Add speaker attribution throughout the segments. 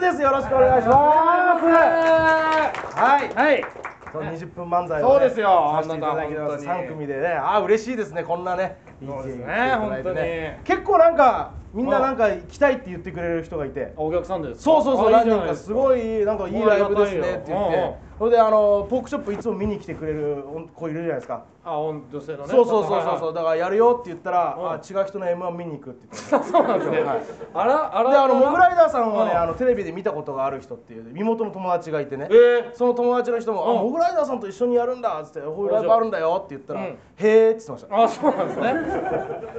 Speaker 1: ですよろしくお願いしますはい
Speaker 2: はい。
Speaker 1: そう20分漫才を、ね、
Speaker 2: そうですよ
Speaker 1: させていただき
Speaker 2: あんなのは本
Speaker 1: ます
Speaker 2: 当に
Speaker 1: 3組でねあー嬉しいですねこんなね
Speaker 2: そうですね
Speaker 1: DJ 来ていただ
Speaker 2: 本
Speaker 1: いてね
Speaker 2: 当に
Speaker 1: 結構なんかみんななんか来たいって言ってくれる人がいて
Speaker 2: お客さんですか。
Speaker 1: そうそうそう
Speaker 2: あ
Speaker 1: 何人かすご
Speaker 2: い
Speaker 1: いなんかいいライブですねって言
Speaker 2: もうあ
Speaker 1: っ
Speaker 2: りがたいよ
Speaker 1: てそれであのポークショップいつも見に来てくれる子いるじゃないですか
Speaker 2: じゃないですか。あ、女性のね。
Speaker 1: そうそうそうそう
Speaker 2: そ。
Speaker 1: そううだからやるよって言ったら
Speaker 2: うん
Speaker 1: あ違う人の M1 見に行くって言って
Speaker 2: そうなんですね。あらあら。
Speaker 1: であのモグライダーさんはね
Speaker 2: うん
Speaker 1: あのテレビで見たことがある人っていう身元の友達がいてね
Speaker 2: え
Speaker 1: その友達の人も「あ
Speaker 2: うん
Speaker 1: モグライダーさんと一緒にやるんだ」っつって「こういうライブあるんだよ」って言ったら
Speaker 2: うん
Speaker 1: 「へえ」って言ってました
Speaker 2: ー。あ、そうなんですね。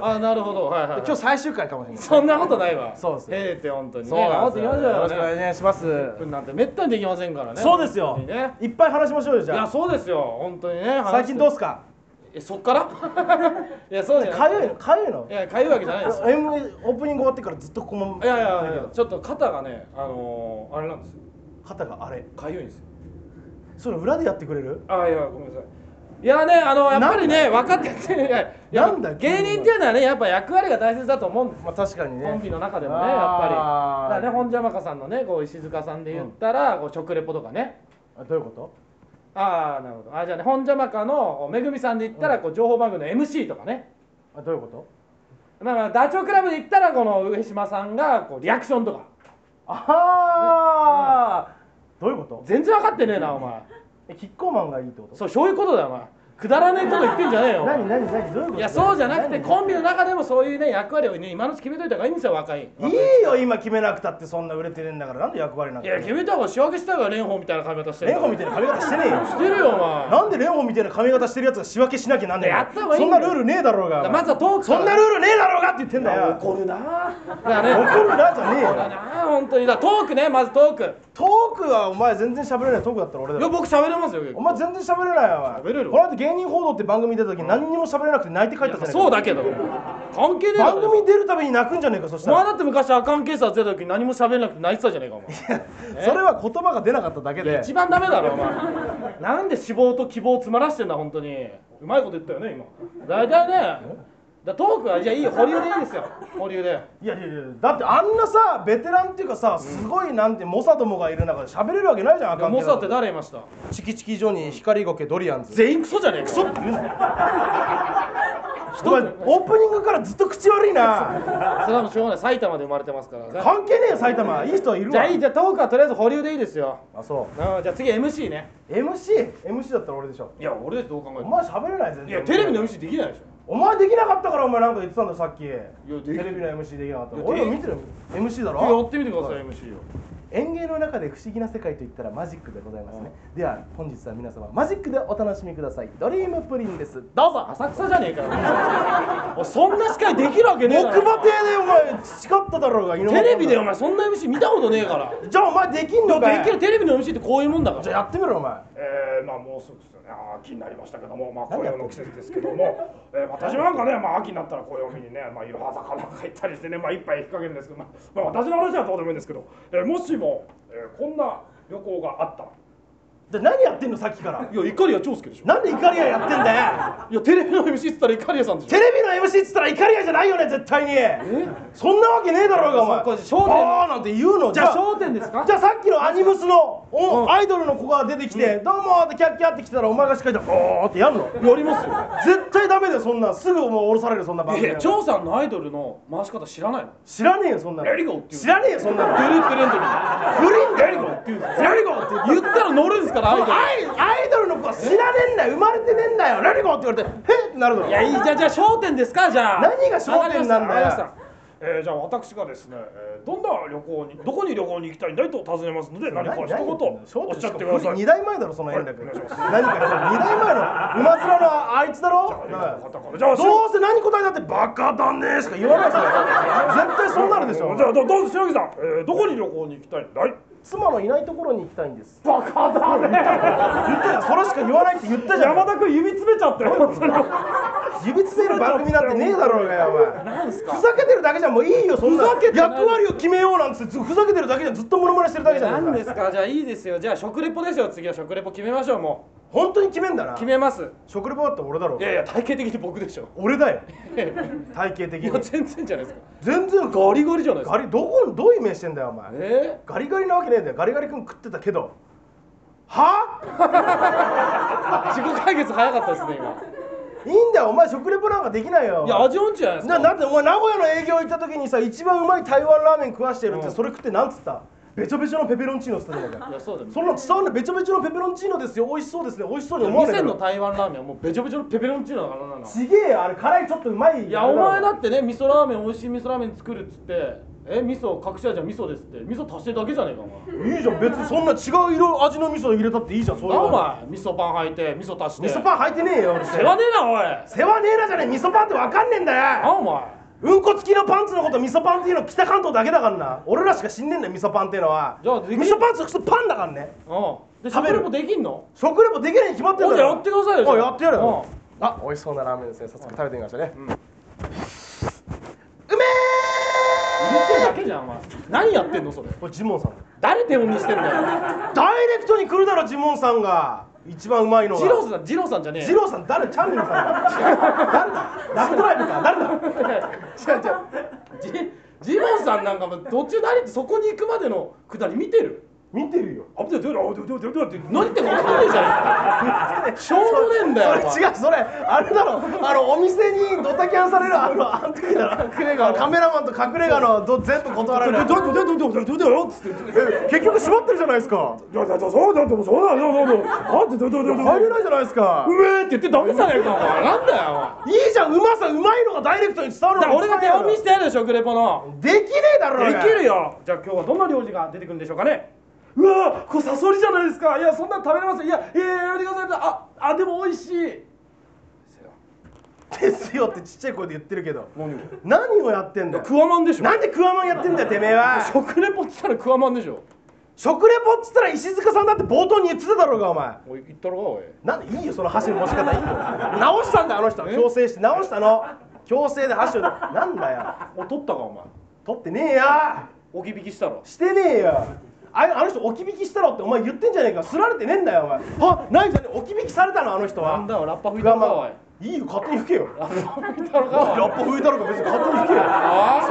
Speaker 2: あ、なるほど。はいはい。
Speaker 1: 今日最終回かもしれない
Speaker 2: そんなことないわ。
Speaker 1: そうですね
Speaker 2: ええって本当にね。
Speaker 1: そうなんですよ
Speaker 2: 頑張っていきましょう
Speaker 1: よろしくお
Speaker 2: ね
Speaker 1: 願いします
Speaker 2: 10分なんてめったにできませんからね。
Speaker 1: そうですよ
Speaker 2: 本当にね。
Speaker 1: いっぱい話しましょうよじ
Speaker 2: いや
Speaker 1: ゃあ
Speaker 2: そうですよ本当にね。
Speaker 1: 最近どう
Speaker 2: す
Speaker 1: すか
Speaker 2: えそっから いやそうじゃない
Speaker 1: かゆいのかゆいの
Speaker 2: いやかゆいわけじゃないですよ
Speaker 1: M オープニング終わってからずっとこの
Speaker 2: いやいやいやちょっと肩がねあのー、あれなんですよ
Speaker 1: 肩があれ
Speaker 2: かゆいんですよ
Speaker 1: それ裏でやってくれる
Speaker 2: あいやごめんなさいいやねあのやっぱりね若手ってい やいや
Speaker 1: なんだ
Speaker 2: 芸人っていうのはねやっぱ役割が大切だと思うんです
Speaker 1: まあ確かにね
Speaker 2: コンビの中でもねやっ
Speaker 1: あー
Speaker 2: ぱりだからね本邪魔かさんのねこう石塚さんで言ったら、こう食レポとかね
Speaker 1: あどういうこと
Speaker 2: ああなるほどあじゃあね本邪魔かのめぐみさんで言ったら、こう情報番組の MC とかね
Speaker 1: あどういうこと
Speaker 2: まあまあダチョウ倶楽部で言ったらこの上島さんがこうリアクションとか
Speaker 1: ああどういうこと
Speaker 2: 全然分かってねえなお前
Speaker 1: えキッコーマンがいいってこと
Speaker 2: そうそういうことだよお前くだらねえこと言ってんじゃねえよお前
Speaker 1: 何何何どういうこと
Speaker 2: いやそうじゃなくて
Speaker 1: 何
Speaker 2: コンビの中でもそういうね役割をね今のうち決めといた方がいいんですよ若い
Speaker 1: いいよ今決めなくたってそんな売れてねえんだからなんで役割なん
Speaker 2: い
Speaker 1: か
Speaker 2: や決めた方が仕分けした方が蓮舫みたいな髪型してる
Speaker 1: 蓮舫みたいな髪型してねえよ
Speaker 2: してるよお前
Speaker 1: なんで蓮舫みたいな髪型してるやつが仕分けしなきゃなんねえの
Speaker 2: やった方がいい
Speaker 1: そん
Speaker 2: ん
Speaker 1: な
Speaker 2: だよ
Speaker 1: ルールねえだろうが
Speaker 2: だからまずはトーク
Speaker 1: そんなルールねえだろうがって言ってんだよ
Speaker 2: 怒るなだか
Speaker 1: 怒
Speaker 2: らね
Speaker 1: るなじゃねえ
Speaker 2: そうだ
Speaker 1: よ
Speaker 2: な本当にだからトークねまずトーク
Speaker 1: トークはお前全然喋れないトークだったら俺だ
Speaker 2: いや
Speaker 1: よ
Speaker 2: 僕喋れますよ結構
Speaker 1: お前全然喋れないわお前
Speaker 2: 喋れる
Speaker 1: この間芸人報道って番組出た時何にも喋れなくて泣いて帰ったじゃねえか
Speaker 2: そうだけど関係ねえだろ
Speaker 1: 番組出るたびに泣くんじゃねえかそし
Speaker 2: お
Speaker 1: た
Speaker 2: 前
Speaker 1: ら
Speaker 2: だって昔アカン警察出た時何も喋れなくて泣いてたじゃねえかお前
Speaker 1: それは言葉が出なかっただけで
Speaker 2: 一番ダメだろお前 なんで志望と希望を詰まらしてんだ本当にうまいこと言ったよね今大体ねだトークはいやいいよ保留でいいですよ保留で
Speaker 1: いやいやいやだってあんなさベテランっていうかさすごいなんて猛者どもがいる中で喋れるわけないじゃんあかん
Speaker 2: モサって誰いました
Speaker 1: チキチキジョニー光ゴケドリアンズ
Speaker 2: 全員クソじゃねえかクソ
Speaker 1: お前オープニングからずっと口悪いな
Speaker 2: それはもうしょうがない埼玉で生まれてますから
Speaker 1: 関係ねえよ埼玉いい人はいるわ
Speaker 2: じゃあいいじゃあトークはとりあえず保留でいいですよ
Speaker 1: あそ
Speaker 2: あじゃあ次 MC ね
Speaker 1: う MC MC だったら俺でしょ
Speaker 2: いや俺ですどう考
Speaker 1: お前喋れないぜ
Speaker 2: いやテレビの MC できないでしょ
Speaker 1: お前できなかったからお前なんか言ってたんだよさっき
Speaker 2: でき
Speaker 1: テレビの MC できなかった
Speaker 2: いや
Speaker 1: 俺も見てるよ MC だ
Speaker 2: や
Speaker 1: ろ
Speaker 2: ってみてください MC を
Speaker 1: 園芸の中で不思議な世界といったらマジックでございますね、では本日は皆様マジックでお楽しみくださいドリームプリンですどうぞ
Speaker 2: 浅草じゃねえかよお前そんな司会できるわけねえだ
Speaker 1: 木
Speaker 2: ろ
Speaker 1: 馬亭でお前培っただろうが
Speaker 2: テレビでお
Speaker 1: 前
Speaker 2: 前そんな MC 見たことねえから
Speaker 1: じゃあお前できんのかい
Speaker 2: できるテレビの MC ってこういうもんだから
Speaker 1: じゃあやってみろお前
Speaker 3: えー、まあもうすぐですよねあー秋になりましたけども、まあ、紅葉の季節ですけども、えー、私なんかね、まあ、秋になったら紅葉を見にね、まあ、湯葉坂なんか行ったりしてね、まあ、一杯引っ掛けるんですけど、まあまあ、私の話はどうでもいいんですけど、えー、もしも、えー、こんな旅行があったら
Speaker 1: じゃあ何やってんのさっきから
Speaker 2: いや、イカリア長介でしょ
Speaker 1: なんでイカリアやってん だよ
Speaker 2: いや、テレビの MC っつったらイカリアさんでし
Speaker 1: テ
Speaker 2: ょ
Speaker 1: レビの MC っつったらイカリアじゃないよね絶対にそんなわけねえだろうがお前
Speaker 2: そっか商店
Speaker 1: ああなんて言うの
Speaker 2: じゃあ、焦点ですか
Speaker 1: じゃあさっきのアニムスのお
Speaker 2: うん
Speaker 1: アイドルの子が出てきて「どうも」ってキャッキャって来たらお前がしっかりと「おー」ってやんの
Speaker 2: やりますよ
Speaker 1: 絶対ダメだよそんなんすぐお前降ろされるそんな番
Speaker 2: いやい
Speaker 1: 組
Speaker 2: や、張さんのアイドルの回し方知らないの
Speaker 1: 知らねえよそんなの
Speaker 2: レリゴーっていう
Speaker 1: 知らねえよそんなの
Speaker 2: テレテレントに
Speaker 1: グリーンレリゴっていうレリゴって言う
Speaker 2: 言ったら乗るんですから、アイドル
Speaker 1: アイアイドルの子は知らねえんだよ生まれてねえんだよレリゴって言われて「へっ!」ってなるだろ
Speaker 2: いや、いいじゃあ、じゃあ、焦点ですかじゃあ
Speaker 1: 何が焦点な
Speaker 2: わかりましたわ
Speaker 1: んだよ
Speaker 2: かりました
Speaker 3: えー、じゃあ私がですね、えー、どんな旅行にどこに旅行に行きたいんだいと尋ねますので何か一言おっしゃってください。
Speaker 1: 二代前だろその円楽。
Speaker 3: はい
Speaker 1: 何
Speaker 3: お願いしま
Speaker 1: か
Speaker 3: す
Speaker 1: 二代前の馬面のあいつだろ。はい
Speaker 3: じゃあ
Speaker 1: どうせ何答えだってバカだねしか言わ ないから。絶対そうなるでしょ
Speaker 3: じ。ゃあどどうぞ白木さん、えー、どこに旅行に行きたいんだい
Speaker 1: 妻のいないところに行きたいんです。
Speaker 3: バカだね
Speaker 1: 言ったじゃんそれしか言わないって言ったじゃん。
Speaker 3: 山田君指詰めちゃってる本当に
Speaker 1: 自滅する番組なんてねえだろうがよお前
Speaker 2: なんすか
Speaker 1: ふざけてるだけじゃもういいよそんな
Speaker 2: ふざけてない
Speaker 1: 役割を決めようなんつってずふざけてるだけじゃずっとモノマネしてるだけじゃ
Speaker 2: なん
Speaker 1: ねえ
Speaker 2: ですか じゃあいいですよじゃあ食レポですよ次は食レポ決めましょうも
Speaker 1: 本当に決めんだな
Speaker 2: う決め ます
Speaker 1: 食レポだったら俺だろ
Speaker 2: いやいや体型的に僕でしょ
Speaker 1: 俺だよ
Speaker 2: いやい
Speaker 1: 体型的に
Speaker 2: や全然じゃないですか
Speaker 1: 全然
Speaker 2: ゴ
Speaker 1: ガ
Speaker 2: リ
Speaker 1: リ
Speaker 2: ゴリじゃないです
Speaker 1: ガ
Speaker 2: か
Speaker 1: リどこどういう面してんだよお前
Speaker 2: え
Speaker 1: ガリガリなわけねえんだよガリガリ君食ってたけどは
Speaker 2: ー、自己解決早かったですね今
Speaker 1: いいんだよお前食レポなんかできないよ
Speaker 2: いや味音痴じゃないです
Speaker 1: な
Speaker 2: か
Speaker 1: なんでお前名古屋の営業行った時にさ一番うまい台湾ラーメン食わしてやるって、
Speaker 2: うん
Speaker 1: それ食ってなんつったべちょべちょのペペロンチーノっつってたんだか
Speaker 2: いやそうだよ
Speaker 1: そんな伝わんないべちょべちょのペペロンチーノですよ美味しそうですね美味しそうに思わない
Speaker 2: 店の台湾ラーメンはもうべちょべちょのペペロンチーノだからなの
Speaker 1: ちげえよあれ辛いちょっとうまい
Speaker 2: いやお前だってね味噌ラーメン美味しい味噌ラーメン作るっつってえ味噌隠し味は味噌ですって味噌足してるだけじゃねえかお前
Speaker 1: いいじゃん別にそんな違う色味の味噌入れたっていいじゃんそういう
Speaker 2: な
Speaker 1: の
Speaker 2: お前味噌パン履いて味噌足して
Speaker 1: 味噌パン履いてねえよ俺
Speaker 2: 世話ねえなおい
Speaker 1: 世話ねえなじゃねえ味噌パンってわかんねえんだ
Speaker 2: な
Speaker 1: よ
Speaker 2: お前
Speaker 1: うんこ付きのパンツのこと味噌パンっていうのは北関東だけだからな俺らしか知んねえんだよ味噌パンっていうのは
Speaker 2: じゃあ
Speaker 1: 味
Speaker 2: でき
Speaker 1: 噌パンツはパンだからね
Speaker 2: うんで
Speaker 1: 食
Speaker 2: 食
Speaker 1: べる
Speaker 2: レポできんの
Speaker 1: 食レポできないに決まってんだ
Speaker 2: おいやってくださいよじゃあ
Speaker 1: おやってやるよ
Speaker 2: う
Speaker 1: あ美味しそうなラーメンですね早速食べてみましたね、うめ
Speaker 2: 言ってるだけじゃんお前何やってんのそれ
Speaker 1: えこれジモンさんだ
Speaker 2: 誰手本にしてんだよ
Speaker 1: ダイレクトに来るだろジモンさんが一番うまいのは
Speaker 2: 二郎さん二郎さんじゃねえ
Speaker 1: ジローさん誰チャンネルさんだ誰だラブドライブか誰だ違う違
Speaker 2: ジジモンさんなんかも途中何ってそこに行くまでのくだり見てる
Speaker 1: う見てるよ
Speaker 3: あぶてどうだどうだどうだって
Speaker 2: 何言ってるか分かんないじゃねえかしょうもねえんだよお前
Speaker 1: それ違うそれあれだろあのお店にドタキャンされるあのあの時だろ隠れ家カメラマンと隠れ家のど全部断られる
Speaker 3: どうだどうだどうだどうだよっつって
Speaker 1: 結局閉まってるじゃないですか
Speaker 3: そうだそうだそうだそうだあってどうだどうだ
Speaker 1: 入れないじゃないですか
Speaker 2: うめえって言ってダメじゃねえかお前なんだよお前
Speaker 1: いいじゃんうまさうまいのがダイレクトに伝わる
Speaker 2: だから
Speaker 1: の
Speaker 2: 俺が手本見しててやるよ食レポの
Speaker 1: できねえだろ
Speaker 2: で
Speaker 1: 俺
Speaker 2: きるよじゃあ今日はどんな料理が出てくるんでしょうかねうわーこれサソリじゃないですかいやそんなん食べれませんいやいやいややめてくださいああでも美味しい
Speaker 1: ですよってちっちゃい声で言ってるけど
Speaker 2: 何を
Speaker 1: 何をやってんだよ
Speaker 2: クワマンでしょ
Speaker 1: なんでクワマンやってんだよてめえは
Speaker 2: 食レポっつったらクワマンでしょ
Speaker 1: 食レポっつったら石塚さんだって冒頭に言ってただろうがお前
Speaker 2: おい言ったろおい
Speaker 1: なんでいいよその箸の持ち方いいよ直したんだよあの人は強制して直したの強制で箸をなんだよ
Speaker 2: お取ったかお前
Speaker 1: 取ってねえや
Speaker 2: 置き引きしたろ
Speaker 1: してねえよああの人置き引きしたろってお前言ってんじゃねえかすられてねえんだよお前はないじゃねえ置き引きされたのあの人は
Speaker 2: なんだよラッパ吹い
Speaker 1: ク
Speaker 2: た
Speaker 1: ワ
Speaker 2: ろかお
Speaker 1: マ
Speaker 2: い
Speaker 1: ンいいよ勝手に吹けよ
Speaker 2: ラッパ吹いたろか
Speaker 1: ラッパ吹いたろか別に勝手に吹けよそ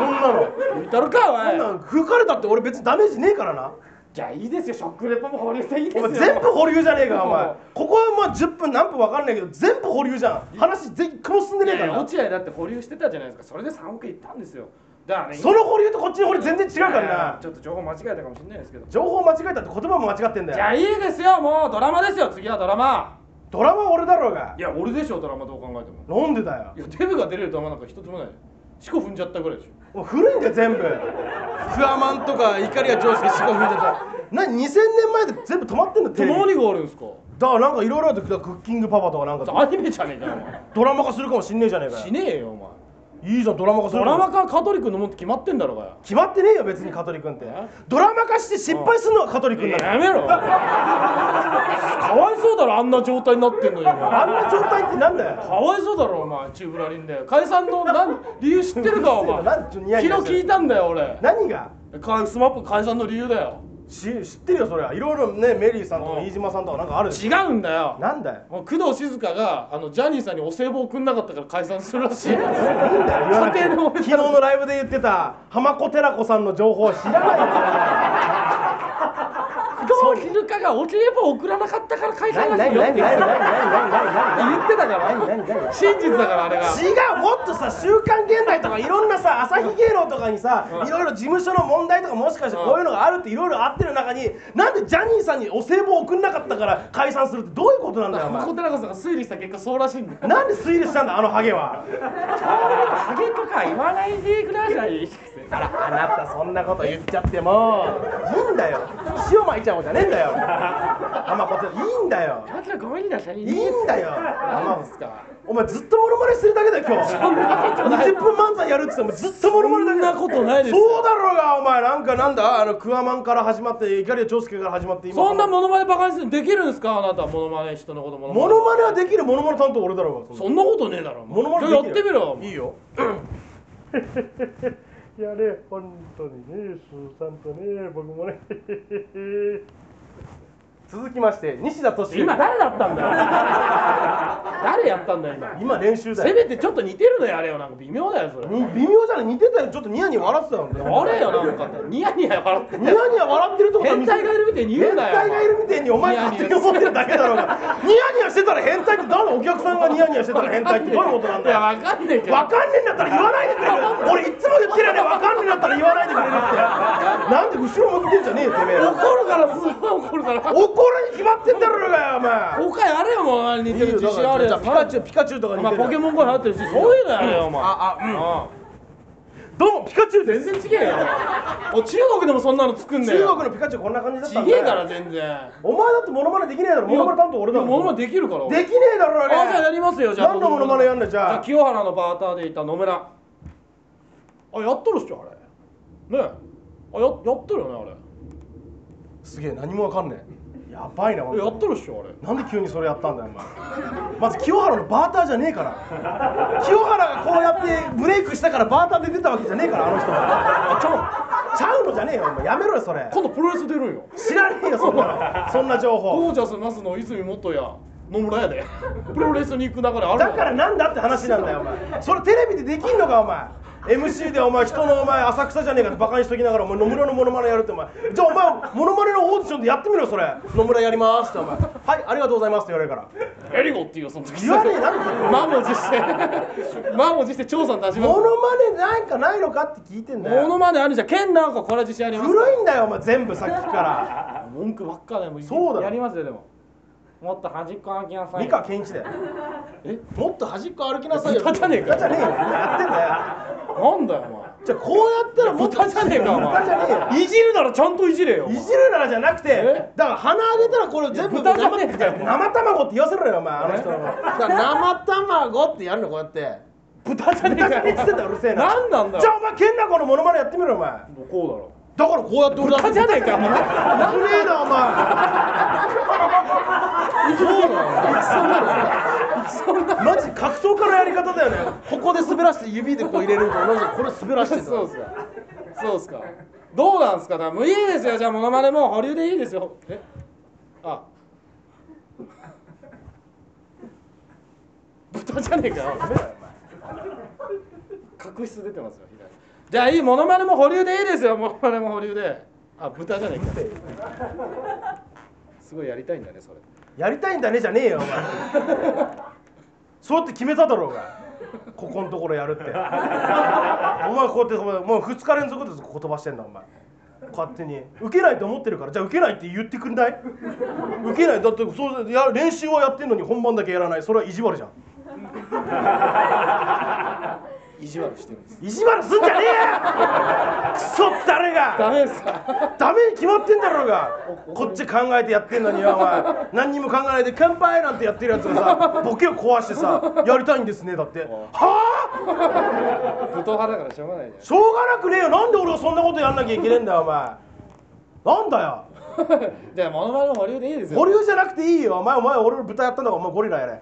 Speaker 1: んなの
Speaker 2: おい吹いたろか
Speaker 1: そんな
Speaker 2: おい
Speaker 1: の吹かれたって俺別にダメージねえからな
Speaker 2: じゃあいいですよ食レポも保留していいです
Speaker 1: お
Speaker 2: よ
Speaker 1: 前全部保留じゃねえかお前
Speaker 2: うん
Speaker 1: ここはまあ10分何分分かんないけど全部保留じゃん話全個も進んで
Speaker 2: い
Speaker 1: ね
Speaker 2: や
Speaker 1: えか
Speaker 2: い
Speaker 1: ら
Speaker 2: や
Speaker 1: な
Speaker 2: 落合だって保留してたじゃないですかそれで3億いったんですよだからね
Speaker 1: その保留とこっちの保留全然違うか
Speaker 2: いや
Speaker 1: ら
Speaker 2: ち
Speaker 1: な
Speaker 2: ょっと情報間違えたかもしれないですけど
Speaker 1: 情報間違えたって言葉も間違ってん
Speaker 2: じ
Speaker 1: だ
Speaker 2: ゃ
Speaker 1: よ
Speaker 2: あいいですよもうドラマですよ次はドラマ
Speaker 1: ドラマは俺だろうが
Speaker 2: いや俺でしょドラマどう考えても
Speaker 1: なんでだよ
Speaker 2: いやデブが出れるドラマなんか一つもないよ四股踏んじゃったぐらいでしょ
Speaker 1: もう古いんだよ全部
Speaker 4: クワマンとか怒りが上司が四股踏んじゃっ
Speaker 1: な2000年前で全部止まってんだよテレビ
Speaker 2: 何があるんですか
Speaker 1: だからなんかいろいろあるんだよクッキングパパとかなんか
Speaker 2: アニメじゃねえかよお
Speaker 1: ドラマ化するかもしんねえじゃねえか
Speaker 2: 前
Speaker 1: よ
Speaker 2: しねえよお前
Speaker 1: いいじゃんドラマ化す
Speaker 2: ド
Speaker 1: るかも
Speaker 2: ラマか香取君のもんって決まってんだろうがよ
Speaker 1: 決まってねえよ別に香取君って
Speaker 2: え
Speaker 1: ドラマ化して失敗するのが香取君だから
Speaker 2: やめろかわいそうだろあんな状態になってんのにお前
Speaker 1: あんな状態ってなんだよ
Speaker 2: かわいそうだろお前チューブラリンで解散のなん理由知ってるかお前
Speaker 1: うるせえななんちょニヤニヤし
Speaker 2: 昨
Speaker 1: て
Speaker 2: 日聞いたんだよ俺
Speaker 1: 何が
Speaker 2: かスマップ解散の理由だよ
Speaker 1: し知ってるよそれはいろいろねメリーさんと
Speaker 2: う
Speaker 1: か
Speaker 2: ん
Speaker 1: 飯島さんとかなんかあるでし
Speaker 2: 違うんだ
Speaker 1: ょ
Speaker 2: よ
Speaker 1: なんだよ
Speaker 2: もう工藤静香があのジャニーさんにお歳暮送んなかったから解散するらしい家
Speaker 1: 昨
Speaker 2: 庭の
Speaker 1: 日のライブで言ってた浜子寺子さんの情報は知らない
Speaker 2: どう切るかが起きれば送らなかったから解散らしいよって言ってたから真実だからあれが
Speaker 1: 違うもっとさ「週刊現代」とかいろんなさ朝日芸能とかにさいろいろ事務所の問題とかもしかしてこういうのがあるっていろいろあってる中になんでジャニーさんにお歳暮を送んなかったから解散するってどういうことなんだよお前
Speaker 2: 小寺子さんが推理した結果そうらしいんだよ
Speaker 1: なんで推理したんだあのハゲは
Speaker 2: ハゲとか
Speaker 5: 言わないでくださ い
Speaker 1: あなたそんなこと言っちゃってもいいんだよ塩まいちゃおうじゃねえんだよあまこちゃんいいんだよ
Speaker 5: だからごめんなさい
Speaker 1: いいんだよ
Speaker 2: 何ですか
Speaker 1: お前ずっとモノマネしてるだけだよ今日20分漫才やるって言ってもずっとモノマネだけだよ
Speaker 4: そんなことないですよ
Speaker 1: そうだろうがお前なんかなんだあのクワマンから始まってイカリア長介から始まって今
Speaker 4: そんなモノマネバカにするのできるんですかあなたモノマネ人のことモノマネ
Speaker 1: モノマネはできるモノマネ担当俺だろうが
Speaker 4: そんなことねえだろ
Speaker 1: モノマネで
Speaker 4: やっ
Speaker 1: きる
Speaker 4: てみろ
Speaker 1: いい よ
Speaker 3: やれ、本当にね、スーさんとね、僕もね。
Speaker 1: 続きまして西田敏
Speaker 2: 今誰だったんだ よ誰やったんだよ今
Speaker 1: 今練習だ
Speaker 2: せ
Speaker 1: よ
Speaker 2: めてちょっと似てるのやれよなんか微妙だよそれ
Speaker 1: に微妙じゃない似てたよちょっとニヤニヤ笑ってたよ
Speaker 2: あれよなんかニヤニヤ笑って
Speaker 1: ニヤニヤ笑ってるところ
Speaker 2: 変態がいるみたいに言う
Speaker 1: 変
Speaker 2: なよ
Speaker 1: 態がいるみたいにお前勝手に思ってるだ けだろうがニヤニヤしてたら変態って誰お客さんがニヤニヤしてたら変態ってどういうことなんだ
Speaker 2: いや
Speaker 1: よ
Speaker 2: わかんねえけど
Speaker 1: わかんねえんだったら言わないでくれる俺いつも言ってるよねわかんねえんだったら言わないでくれるってなんで後ろ向いてんじゃねえよてめえ
Speaker 2: 怒るからすごい怒るから
Speaker 1: 怒るに決まってんだろうがよお前
Speaker 2: 他やれよもう似てる自信ある
Speaker 1: じ
Speaker 2: や
Speaker 1: ゃあ
Speaker 2: つ
Speaker 1: ピカチュウピカチュウとかに
Speaker 2: まあポケモン GO 流行ってるしそういうのやれよお前
Speaker 4: ああうん
Speaker 1: どうもピカチュウです
Speaker 2: 全然違えよお中国でもそんなの作んねえ
Speaker 1: 中
Speaker 2: よ
Speaker 1: 国のピカチュウこんな感じだった
Speaker 2: ち
Speaker 1: ん
Speaker 2: げ
Speaker 1: だ
Speaker 2: え
Speaker 1: よ
Speaker 2: から全然
Speaker 1: お前だってモノマネできねえだろモノマネ担当俺だろ
Speaker 2: モノマネできるから俺
Speaker 1: できねえだろう
Speaker 2: あじゃあや
Speaker 1: が
Speaker 2: りますよじゃあ
Speaker 1: 何のモノマネやんのじゃあ
Speaker 2: じゃあ清原のバーターでいた野村あやっとるっしょあれねえあややっとるよね
Speaker 1: すげえ何もわかんねえやばいな
Speaker 2: あ
Speaker 1: お
Speaker 2: れ
Speaker 1: 前
Speaker 2: えやっとるっしょあれ
Speaker 1: なんで急にそれやったんだよお前まず清原のバーターじゃねえから清原がこうやってブレイクしたからバーターで出たわけじゃねえからあの人はちゃうちゃうのじゃねえよお前やめろよそれ
Speaker 2: 今度プロレス出るんよ
Speaker 1: 知らねえよそんなのそんな情
Speaker 2: ゴ
Speaker 1: 報
Speaker 2: ージャスマスの泉元や野村やで プロレスに行く流れある
Speaker 1: だからなんだって話なんだよお前それテレビでできんのかお前 MC でお前人のお前浅草じゃねえかってバカにしときながらお前野村のモノマネやるってお前じゃあお前モノマネのオーディションでやってみろよそれ野村やりますってお前はいありがとうございますって言われるから
Speaker 2: エリゴっていうその時
Speaker 1: 言わねえなんで
Speaker 2: 満を持して 満を持して調査に出します
Speaker 1: モノマネなんかないのかって聞いてんだよ
Speaker 2: モノマネあるじゃん剣なんかこれは自信あります
Speaker 1: 古いんだよお前全部さっきから
Speaker 2: 文句ばっかでも
Speaker 1: そうだろ
Speaker 2: やりますよでももっと端っこ歩きなさい
Speaker 1: 美
Speaker 2: よ
Speaker 1: 川健一だよ
Speaker 2: え
Speaker 1: もっと端っこ歩きなさいよ
Speaker 2: 豚じゃねえか
Speaker 1: 豚じゃねえよみんなやってんだよ
Speaker 2: なんだよお前
Speaker 1: じゃあこうやったらもっと
Speaker 2: 豚じゃねえかお前
Speaker 1: 豚じゃねえよ
Speaker 2: いじるならちゃんといじれよお前
Speaker 1: いじるならじゃなくて
Speaker 2: え
Speaker 1: だから鼻上げたらこれ全部
Speaker 2: 豚じゃねえかよお前
Speaker 1: 生卵って言わせろよお前あの人の
Speaker 4: だから生卵ってやるのこうやって
Speaker 2: 豚じゃねえ
Speaker 1: 豚じ
Speaker 2: か
Speaker 1: ゃねえっつってたらうるせえな
Speaker 2: 何なんだよ
Speaker 1: じゃあお前健な子のモノマネやってみろ よお前だか
Speaker 2: もうこうだろ
Speaker 1: らこうやって俺だって
Speaker 2: 豚じゃねえかお前
Speaker 1: 危ねえなお前
Speaker 2: そうだろそんな
Speaker 1: マジ格闘家のやり方だ よねここで滑らして指でこう入れるのと同じでこれ滑らしてた
Speaker 2: そうっすかそうっすかどうなんすかだもういいですよじゃあモノマネもう保留でいいですよえあ豚じゃねえかよ確執出てますよ左じゃあいいモノマネも保留でいいですよモノマネも保留であ豚じゃねえかすごいやりたいんだねそれ
Speaker 1: やりたいんだねじゃねえよお前 そうやって決めただろうがここのところやるってお 前こうやってお前もう2日連続でずっと言葉してんだお前勝手に受けないと思ってるからじゃあ受けないって言ってくんない受けないだってそうや練習はやってんのに本番だけやらないそれは意地悪じゃん
Speaker 2: 意地悪してるんです
Speaker 1: 意地悪すんじゃねえよ クソ誰が
Speaker 2: ダメですか
Speaker 1: ダメに決まってんだろうがこっち考えてやってんのによお前何にも考えないで「乾杯!」なんてやってるやつがさボケを壊してさ「やりたいんですね」だってはあ
Speaker 2: 豚派だからしょうがないじ
Speaker 1: しょうがなくねえよなんで俺がそんなことやんなきゃいけねえんだよお前なんだよ
Speaker 2: ゃん じゃあモノマネも保留でいいですよ
Speaker 1: 保留じゃなくていいよお前お前俺の豚やったんだからお前ゴリラやれ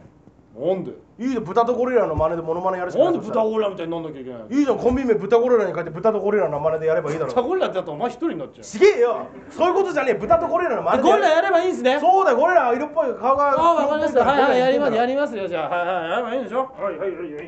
Speaker 2: なんで
Speaker 1: いいよ豚とゴリラの真似でモノマネやるしか
Speaker 2: な
Speaker 1: なんい
Speaker 2: で豚ゴリラみたいになんなきゃいけないの
Speaker 1: いいじゃんコンビ名豚ゴリラに変えて豚とゴリラの真似でやればいいだ
Speaker 2: 豚
Speaker 1: ろ
Speaker 2: ゴリラってやったらお前一人になっちゃ
Speaker 1: ちげえよそういうことじゃねえ豚とゴリラの真
Speaker 2: う
Speaker 1: 似で
Speaker 2: ゴリラ
Speaker 1: や
Speaker 2: やればいいんですね
Speaker 1: れそうだよゴリラ色っぽい顔が
Speaker 2: ああわかりましたはいはいやりますや
Speaker 1: り
Speaker 2: りますよじゃあはいはいやればいいんでしょ
Speaker 3: はいはいはいはいね。はい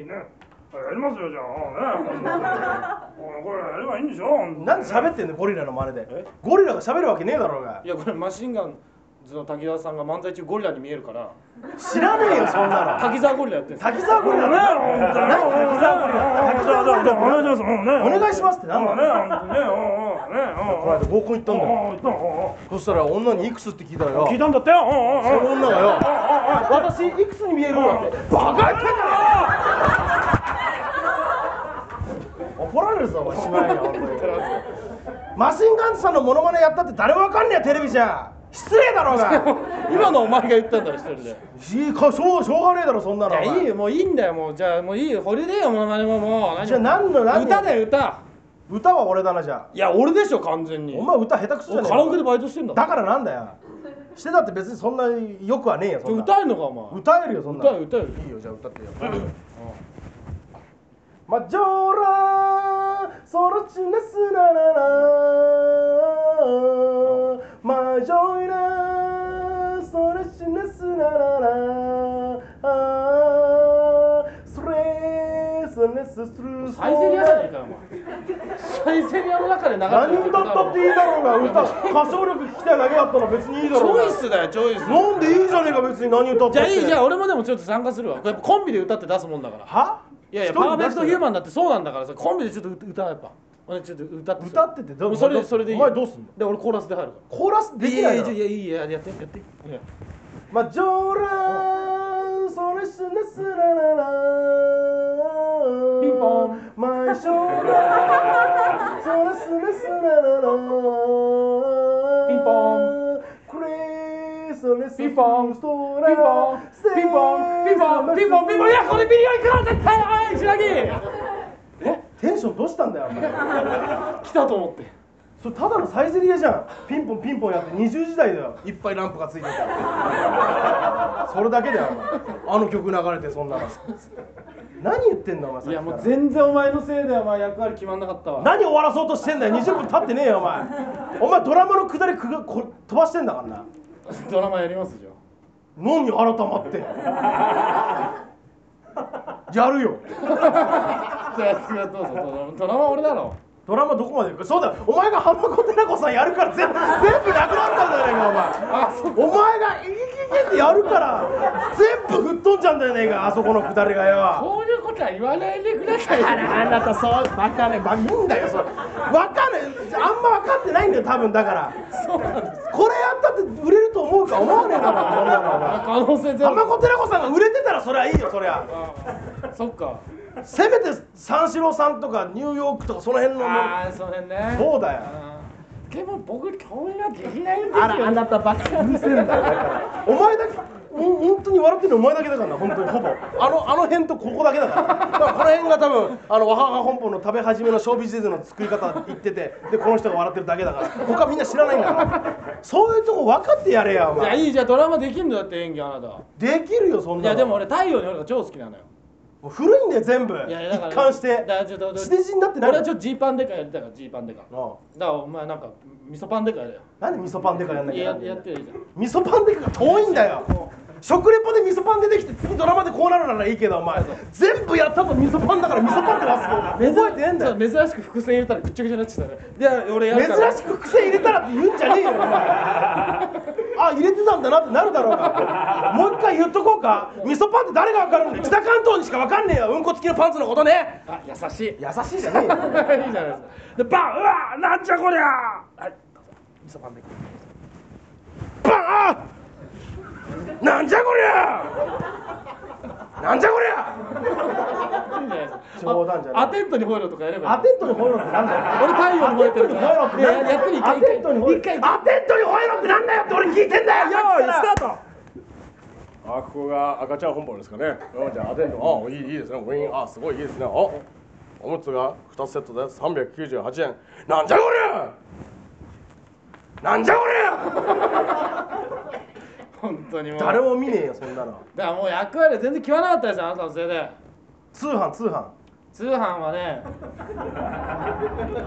Speaker 3: やりますよじゃあ。ああね。これやればいいんでしょ。
Speaker 1: なんで喋ってんのゴリラの真似でゴリラが喋るわけねえだろうが
Speaker 2: いやこれマシンガンズの滝沢さんが漫才中ゴリラに見えるから
Speaker 1: 知らねえよそんなの
Speaker 2: 滝沢ゴリラやってるんです
Speaker 1: 滝沢ゴリラだろ
Speaker 3: ね。お願いします。
Speaker 1: お願いしますってなんだ
Speaker 3: ね。
Speaker 1: よ
Speaker 3: ね。
Speaker 1: この間合コン行ったんだよそしたら女にいくつって聞いたらよ
Speaker 3: 聞いたんだってよ。
Speaker 1: その女がよ私いくつに見えるなんてバカ言ってんじゃね怒られるぞお前しまいや本当に
Speaker 3: 当なんですよ
Speaker 1: マシンガンズさんのモノマネやったって誰もわかんねえよテレビじゃ失礼だろうが
Speaker 2: 今のお前が言ったんだろ一人で
Speaker 1: いいかしょうしょうがねえだろそんなの
Speaker 2: い
Speaker 1: お
Speaker 2: や
Speaker 1: 前
Speaker 2: いいよもういいんだよもうじゃあもういいよホリデーよものまねももう何も
Speaker 1: じゃあ何の何の
Speaker 2: 歌だよ歌
Speaker 1: 歌は俺だなじゃあ
Speaker 2: いや俺でしょ完全に
Speaker 1: お前歌下手くそじゃ
Speaker 2: 俺
Speaker 1: ねえ
Speaker 2: カラオケでバイトしてんだ
Speaker 1: だ
Speaker 2: だ
Speaker 1: からなんだよしてたって別にそんなよくはねえよそんな
Speaker 2: 歌えんのかお前
Speaker 1: 歌えるよそんな
Speaker 2: 歌え
Speaker 1: の
Speaker 2: 歌え
Speaker 1: いいよじゃあ歌ってよマジョーラソロチュナスナナナマジョイラソロチュナスナナナスレスネススルス
Speaker 2: サイゼリアじゃねえかよお前サイゼリアの中で流れて
Speaker 1: 何歌ったっていいだろうが歌歌唱力聞きたいだけだったら別にいいだ
Speaker 2: チ
Speaker 1: ろうが
Speaker 2: ョイスだよチョイス
Speaker 1: 飲んでいいじゃねえか別に何歌っ
Speaker 2: じ
Speaker 1: た
Speaker 2: ゃ
Speaker 1: っ
Speaker 2: あ
Speaker 1: て
Speaker 2: いいじゃあ俺もでもちょっと参加するわやっぱコンビで歌って出すもんだからいやいや
Speaker 1: 一人
Speaker 2: パ
Speaker 1: で
Speaker 2: ーフェクトヒューマンだってそうなんだからさコンビでちょっと歌歌やっぱ俺ちょっと歌って
Speaker 1: 歌ってってど
Speaker 2: もうそれ
Speaker 1: ど
Speaker 2: でそれでいい
Speaker 1: お前どうすんの
Speaker 2: で俺コーラスで入るか
Speaker 1: コーラス
Speaker 2: ら
Speaker 1: できないだろ
Speaker 2: いやいやいやいややってやっていや
Speaker 1: まあ、ジョーラン、それすねすららら。
Speaker 2: ピンポン。
Speaker 1: マイショーラン、それすねすららら。
Speaker 2: ピンポ
Speaker 1: ン。クレイ、それす
Speaker 2: ピンポン
Speaker 1: スト
Speaker 2: ピ
Speaker 1: ラ
Speaker 2: ンポンピンポンピンポンピンポンピンポンいやこれビリオン行くな絶対おい白
Speaker 1: テンションどうしたんだよ、お前。
Speaker 2: 木来たと思って
Speaker 1: それただのサイゼリヤじゃん。ピンポンピンポンやって20時代だよ。
Speaker 4: いっぱいランプがついてた
Speaker 1: それだけだよ、お前あの曲流れてそんなの。何言ってんだ、お前さっ
Speaker 2: い
Speaker 1: き
Speaker 2: や
Speaker 1: から。
Speaker 2: もう全然お前のせいだよお前役割決まんなかったわ
Speaker 1: 何終わらそうとしてんだよ20分経ってねえよお前お前ドラマの下りくがこ飛ばしてんだからな
Speaker 2: ドラマやりますじゃん
Speaker 1: 何改まってんのやるよ
Speaker 2: じゃあ次はどうぞドラマ ドラマ俺だろ
Speaker 1: ドラマどこまで行くそうだお前が浜子寺子さんやるから全全部なくなったんじゃねえかお前お前がいきけってやるから全部吹っ飛んじゃうんじゃねえかあそこの下りがよ
Speaker 5: こういうことは言わないでくださいよ
Speaker 1: あなたそうバカねバカいいんだよそれバカねあんま分かってないんだよ多分だから
Speaker 2: そうなんです
Speaker 1: これやったって売れると思うか思わねえだろそんなのお前
Speaker 2: 可能性ゼ
Speaker 1: 玉
Speaker 2: ロ
Speaker 1: 子寺子さんが売れてたらそりゃいいよそりゃ
Speaker 2: そっか
Speaker 1: せめて三四郎さんとかニューヨークとかその辺の
Speaker 2: ああその辺ね
Speaker 1: そうだよ
Speaker 5: でも僕こんなできないんですよ
Speaker 1: あらあなたばっかうるせえんだよだからお前だけほん本当に笑ってるのお前だけだからな本当にほぼあのあの辺とここだけだからだからこの辺が多分あの和母本舗の食べ始めの消費税の作り方言っててでこの人が笑ってるだけだから他みんな知らないんだからそういうとこ分かってやれやお
Speaker 2: じゃあ
Speaker 1: 前
Speaker 2: いいじゃあドラマできんのだって演技あなた
Speaker 1: できるよそんなの
Speaker 2: いやでも俺太陽に俺が超好きなのよ
Speaker 1: もう古いんだよ全部
Speaker 2: いやだから
Speaker 1: 一貫して
Speaker 2: だからちょっと
Speaker 1: 捨て字になってない
Speaker 2: 俺はちょっとジーパンでかやりたいからジーパンでかだか
Speaker 1: うん
Speaker 2: らお前なんか味噌パンでかやれよ
Speaker 1: なんで味噌パンデカやんなき
Speaker 2: い
Speaker 1: ゃ
Speaker 2: や
Speaker 1: なんねえ
Speaker 2: やっ
Speaker 1: んだ
Speaker 2: て
Speaker 1: よ
Speaker 2: るじゃん
Speaker 1: 味噌パンデカが遠いんだよ食レポで味噌パン出てきて次ドラマでこうなるならいいけどお前全部やったと味噌パンだから味噌パンって忘れ覚えてねえんだよ
Speaker 2: 珍珍しく伏線入れたらぐっちゃぐちゃになっちゃったねいや俺やるから
Speaker 1: 珍しく癖入れたらって言うんじゃねえよお前あ入れてたんだなってなるだろうがもう一回言っとこうか味噌パンって誰が分かるんだよ北関東にしか分かんねえようんこ付きのパンツのことね
Speaker 2: あ優しい いい
Speaker 1: 優しいじゃねえ
Speaker 2: じ
Speaker 1: よ
Speaker 2: ゃないですかでバンうわなんじゃこりゃはい味噌パンでか
Speaker 1: バンあなんじゃこりゃなんじゃこりゃ
Speaker 2: いいじゃないですか
Speaker 1: 冗談じゃない
Speaker 2: あアテントに吠えろとかやればいい
Speaker 1: アテントに吠えろってなんだよ。
Speaker 2: 俺太陽に吠えてるから
Speaker 1: アテントに吠えろってなん
Speaker 2: い
Speaker 1: だよ。
Speaker 2: ややってみ一回
Speaker 1: アテントに吠えろ。
Speaker 2: 一回一
Speaker 1: アテントに吠えろってなんだよって俺聞いてんだよ。よーいスター
Speaker 6: あここが赤ちゃん本坊ですかね。うんじゃあアテンドあいいいいですね。ウィンあすごいいいですね。あおむつが2セットで398円。なんじゃこりゃなんじゃこりゃ
Speaker 2: 本当にもう
Speaker 1: 誰も見ねえよそんなの。
Speaker 2: だからもう役割は全然決まらなかったですよあなたのせいで
Speaker 1: 通販通販。
Speaker 2: 通販はね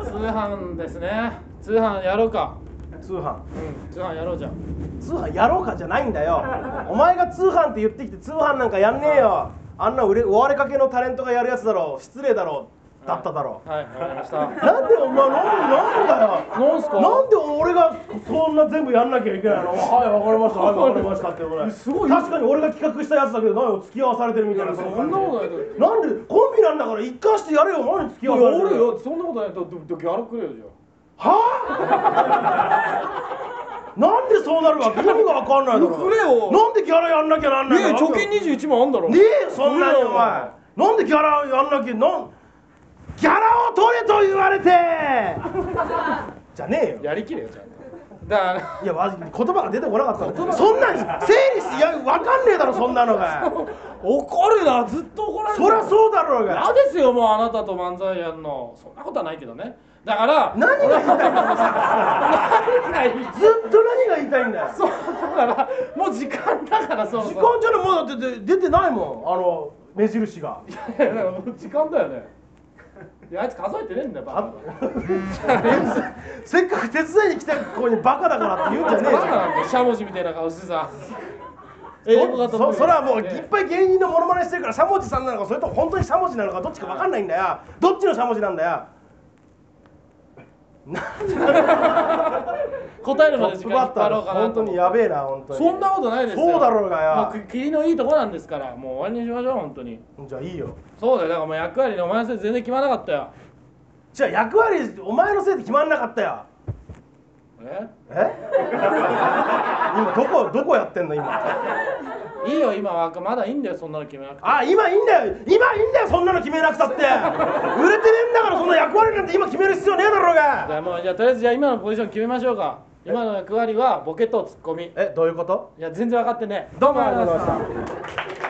Speaker 2: 通販ですね通販やろうか
Speaker 1: 通販
Speaker 2: うん通販やろうじゃん
Speaker 1: 通販やろうかじゃないんだよお前が通販って言ってきて通販なんかやんねえよあんな売れ追われかけのタレントがやるやつだろう失礼だろうだっただろう
Speaker 2: はいわかりました
Speaker 1: なんでお前なんなんだよ
Speaker 2: なんすか
Speaker 1: なんで俺がそんな全部やんなきゃいけないのはいわかりましたはいわかりましたって俺
Speaker 2: すごい
Speaker 1: 確かに俺が企画したやつだけど何を付き合わされてるみたいなその
Speaker 2: そん
Speaker 1: 感じ
Speaker 2: なことないと
Speaker 1: なんでコンビなんだから一貫してやれよ何付き合わさ
Speaker 2: 俺
Speaker 1: れてるの
Speaker 2: よそんなことないとギャラくれよじゃ
Speaker 1: はあ なんでそうなるわけ意味がわかんないだろ
Speaker 2: くれよ
Speaker 1: なんでギャラやんなきゃなんない
Speaker 2: ねえ
Speaker 1: の
Speaker 2: 貯金21万あんだろ
Speaker 1: ねえそんなにお前なんでギャラやんなきゃなんギャラを取と言われてじゃねえよ
Speaker 2: やりきれよちゃんとだから
Speaker 1: いやわ言葉が出てこなかったのそんなん整理していや分かんねえだろそんなのが
Speaker 2: 怒るなずっと怒られてる
Speaker 1: そりゃそうだろう
Speaker 2: 嫌
Speaker 1: が
Speaker 2: ですよもうあなたと漫才やんのそんなことはないけどねだから
Speaker 1: 何が言いたいんだよずっと何が言いたいんだよ
Speaker 2: そうだからもう時間だからそうそう
Speaker 1: 時間じゃないもうだって出てないもんあの目印が
Speaker 2: いやいやもう時間だよねいやあいつ数えてねえんだよバカだから
Speaker 1: せっかく手伝いに来た子にバカだからって言うんじゃね
Speaker 2: バカなんだよしゃもじみたいな顔してさ
Speaker 1: え
Speaker 2: 英
Speaker 1: よ
Speaker 2: 語が得意
Speaker 1: そそれはもうい
Speaker 2: ね
Speaker 1: っぱい芸人のモノマネしてるからしゃもじさんなのかそれとも本当にしゃもじなのかどっちか分かんないんだよどっちのしゃもじなんだよ
Speaker 2: 答える
Speaker 1: ト
Speaker 2: まで
Speaker 1: ッ
Speaker 2: 時
Speaker 1: プ
Speaker 2: 間
Speaker 1: バ
Speaker 2: 引
Speaker 1: ッ
Speaker 2: っ
Speaker 1: ター
Speaker 2: 張
Speaker 1: の
Speaker 2: ろうかな
Speaker 1: 本当にやべえな本当に
Speaker 2: そんなことないですよ
Speaker 1: そうだろうがよ
Speaker 2: もう霧のいいとこなんですからもう終わりにしましょう本当に
Speaker 1: じゃあいいよ
Speaker 2: そうだよだからもう役割のお前のせいで全然決まらなかったよ
Speaker 1: じゃあ役割お前のせいで決まんなかったよ
Speaker 2: え
Speaker 1: え 今どこどこやってんの今
Speaker 2: いいよ今はまだいいんだよそんなの決めなくて
Speaker 1: あ今いいんだよ今いいんだよそんなの決めなくたって売れてねえんだからそんな役割なんて今決める必要ねえだろう
Speaker 2: じ
Speaker 1: が
Speaker 2: ゃあもうじゃあとりあえずじゃあ今のポジション決めましょうか今の役割はボケとツッコミ
Speaker 1: えどういうこと
Speaker 2: いや全然分かってねどうもありがとうございました